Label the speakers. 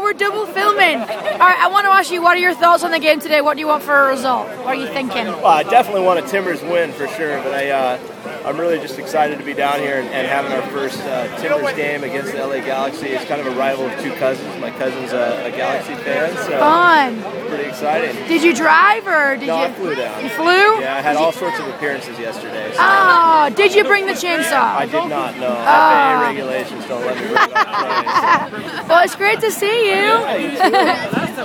Speaker 1: we're double filming. All right, I want to ask you, what are your thoughts on the game today? What do you want for a result? What are you thinking?
Speaker 2: Well, I definitely want a Timbers win for sure, but I, uh, I'm really just excited to be down here and, and having our first uh, Timbers game against the LA Galaxy. It's kind of a rival of two cousins. My cousin's a, a Galaxy fan, so
Speaker 1: Oh. Fun.
Speaker 2: it's pretty exciting.
Speaker 1: Did you drive or did
Speaker 2: No,
Speaker 1: you?
Speaker 2: I flew down.
Speaker 1: You flew?
Speaker 2: Yeah, I had all sorts of appearances yesterday. So
Speaker 1: Oh, did you bring the chainsaw?
Speaker 2: I did not know. FAA regulations don't let me. Bring it on planes.
Speaker 1: Well, it's great to see you.